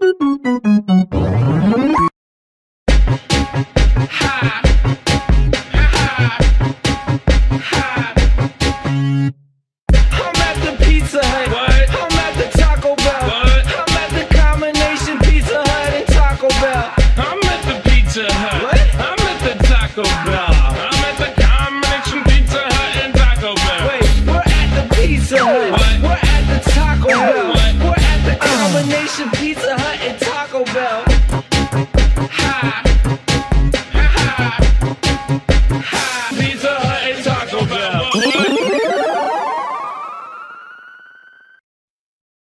Thank you.